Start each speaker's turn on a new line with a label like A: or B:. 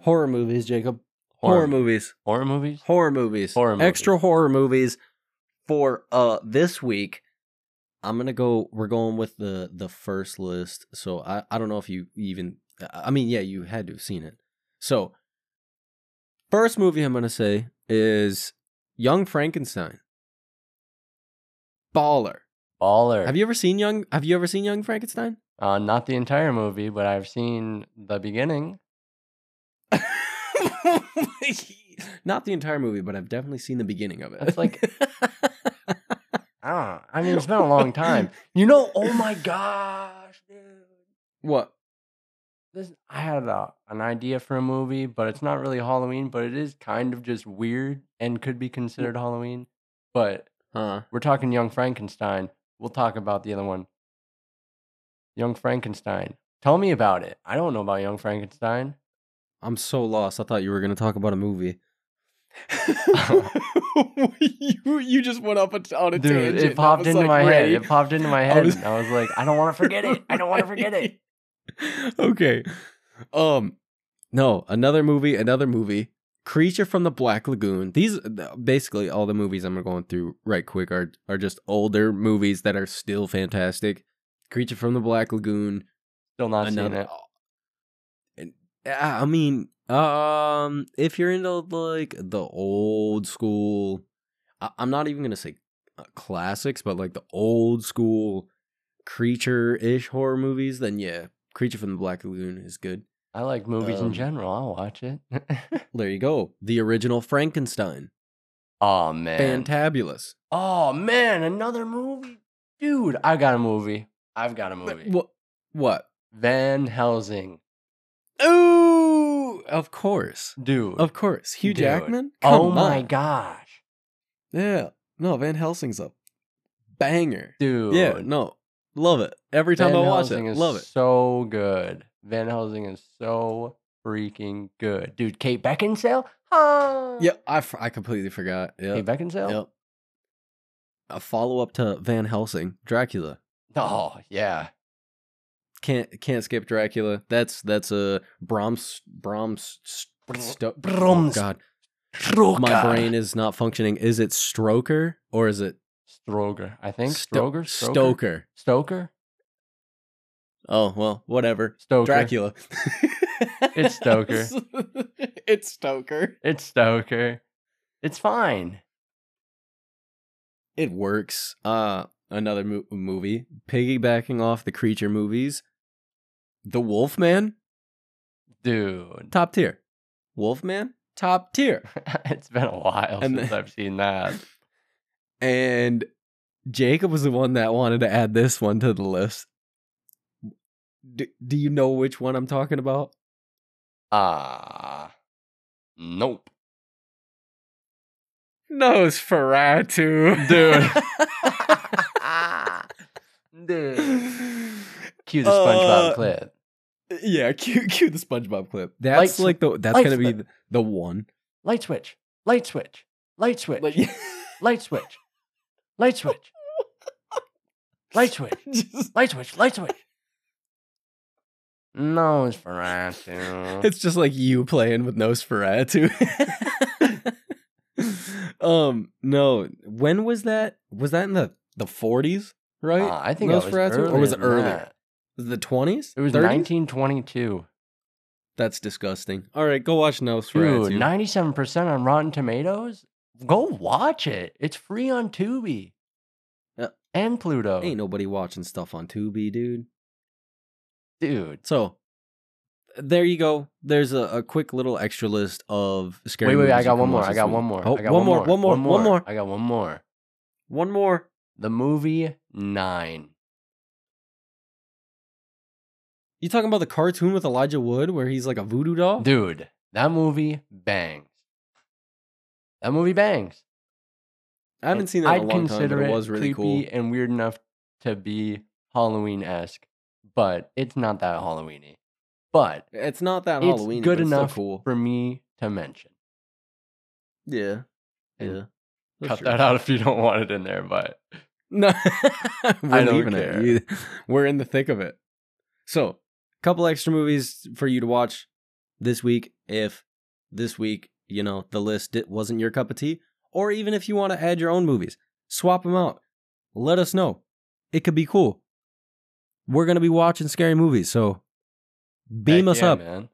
A: Horror movies, Jacob. Horror,
B: Horror-
A: movies.
B: Horror movies?
A: Horror movies.
B: Horror movies.
A: Extra horror movies for uh this week. I'm gonna go. We're going with the the first list. So I I don't know if you even. I mean, yeah, you had to have seen it. So first movie I'm gonna say is Young Frankenstein. Baller.
B: Baller.
A: Have you ever seen Young? Have you ever seen Young Frankenstein?
B: Uh, not the entire movie, but I've seen the beginning.
A: Not the entire movie, but I've definitely seen the beginning of it.
B: That's like- Ah, I mean, it's been a long time. You know, oh my gosh, dude.
A: what?
B: This, I had a, an idea for a movie, but it's not really Halloween, but it is kind of just weird and could be considered Halloween. But
A: Huh?
B: we're talking Young Frankenstein. We'll talk about the other one. Young Frankenstein. Tell me about it. I don't know about Young Frankenstein.
A: I'm so lost. I thought you were going to talk about a movie. you, you just went up a, on
B: Dude, it popped into my head. It popped into my
A: I
B: head.
A: was-
B: and I was like, I don't want to forget it. I don't want to forget it.
A: it. okay. Um, no, another movie, another movie. Creature from the Black Lagoon. These basically all the movies I'm going through right quick are are just older movies that are still fantastic. Creature from the Black Lagoon.
B: Still not seen
A: another.
B: it.
A: And, ah, I mean, um, if you're into like the old school, I, I'm not even gonna say uh, classics, but like the old school creature ish horror movies, then yeah, Creature from the Black Lagoon is good.
B: I like movies
A: Um,
B: in general. I'll watch it.
A: There you go. The original Frankenstein,
B: oh man.
A: fantabulous.
B: oh man, another movie. Dude, I got a movie. I've got a movie.
A: What? What?
B: Van Helsing.
A: Ooh, of course,
B: Dude.
A: of course. Hugh
B: Dude.
A: Jackman. Come
B: oh my
A: on.
B: gosh.
A: Yeah. No, Van Helsing's a banger.
B: Dude.
A: Yeah, no. Love it. Every time I watch
B: Helsing
A: it,
B: is
A: love it.
B: So good. Van Helsing is so freaking good. Dude, Kate Beckinsale? Huh.
A: Yeah, I, f- I completely forgot.
B: Kate
A: Yep.
B: Beckinsale?
A: yep. A follow up to Van Helsing, Dracula.
B: Oh, yeah.
A: Can't can't skip Dracula. That's that's a Brahms Brahms st- sto-
B: Brahms.
A: Oh, God, my brain is not functioning. Is it Stroker or is it
B: Stroger. I think
A: Sto-
B: Stroger. Stroker?
A: Stoker?
B: Stoker?
A: Oh well, whatever.
B: Stoker.
A: Dracula.
B: It's Stoker.
A: it's Stoker.
B: It's Stoker. It's fine.
A: it works. Uh, another mo- movie piggybacking off the creature movies, The Wolfman,
B: Dude.
A: top tier. Wolfman, top tier.
B: it's been a while
A: And
B: since
A: the-
B: I've seen that.
A: And Jacob was the one that wanted to add this one to the list. D- do you know which one I'm talking about?
B: Ah. nope.
A: Nosferatu,
B: Dude. Cue the SpongeBob
A: Uh,
B: clip.
A: yeah, cue, cue the SpongeBob clip. That's like,
B: Like-
A: the that's
B: like
A: gonna be
B: the-
A: the, the one.
B: Light switch. Light switch. Light switch.
A: Like,
B: Light switch. Light switch. Light switch.
A: just
B: Light switch. Light switch. No, it's Ferratu.
A: It's just like you playing with Nosferatu. um, no. When was that? Was that in the the forties? Right?
B: Uh, I think it was
A: Nosferatu,
B: earlier
A: or was it
B: than
A: earlier?
B: that.
A: the twenties?
B: It was 1922.
A: That's disgusting. All right, go watch Nosferatu.
B: Dude, 97% on Rotten Tomatoes. Go watch it. It's free on Tubi
A: Uh,
B: and Pluto.
A: Ain't nobody watching stuff on Tubi, dude.
B: Dude.
A: So there you go. There's a, a quick little extra list of scary.
B: Wait, wait,
A: movies
B: I
A: you
B: got
A: can
B: one more.
A: watch
B: I
A: this
B: got
A: week.
B: one more.
A: Oh,
B: I got
A: one more, one more, one more,
B: I got one more.
A: One more.
B: The movie Nine.
A: You talking about the cartoon with Elijah Wood where he's like a voodoo doll?
B: Dude, that movie bangs. That movie bangs.
A: I haven't
B: And
A: seen that in a
B: I'd
A: long time, but
B: consider
A: it was really cool.
B: creepy and weird enough to be Halloween esque, but it's not that Halloweeny. But
A: It's not that
B: it's
A: Halloween.
B: good
A: but it's still
B: enough
A: cool.
B: for me to mention.
A: yeah.
B: And
A: Yeah. That's
B: Cut
A: true.
B: that out if you don't want it in there, but
A: No, we're
B: I don't
A: leaving
B: care.
A: it. You- we're in the thick of it. So, a couple extra movies for you to watch this week, if this week, you know, the list di- wasn't your cup of tea, or even if you want to add your own movies, swap them out. Let us know. It could be cool. We're going to be watching scary movies, so beam
B: Heck
A: us
B: yeah,
A: up.
B: man.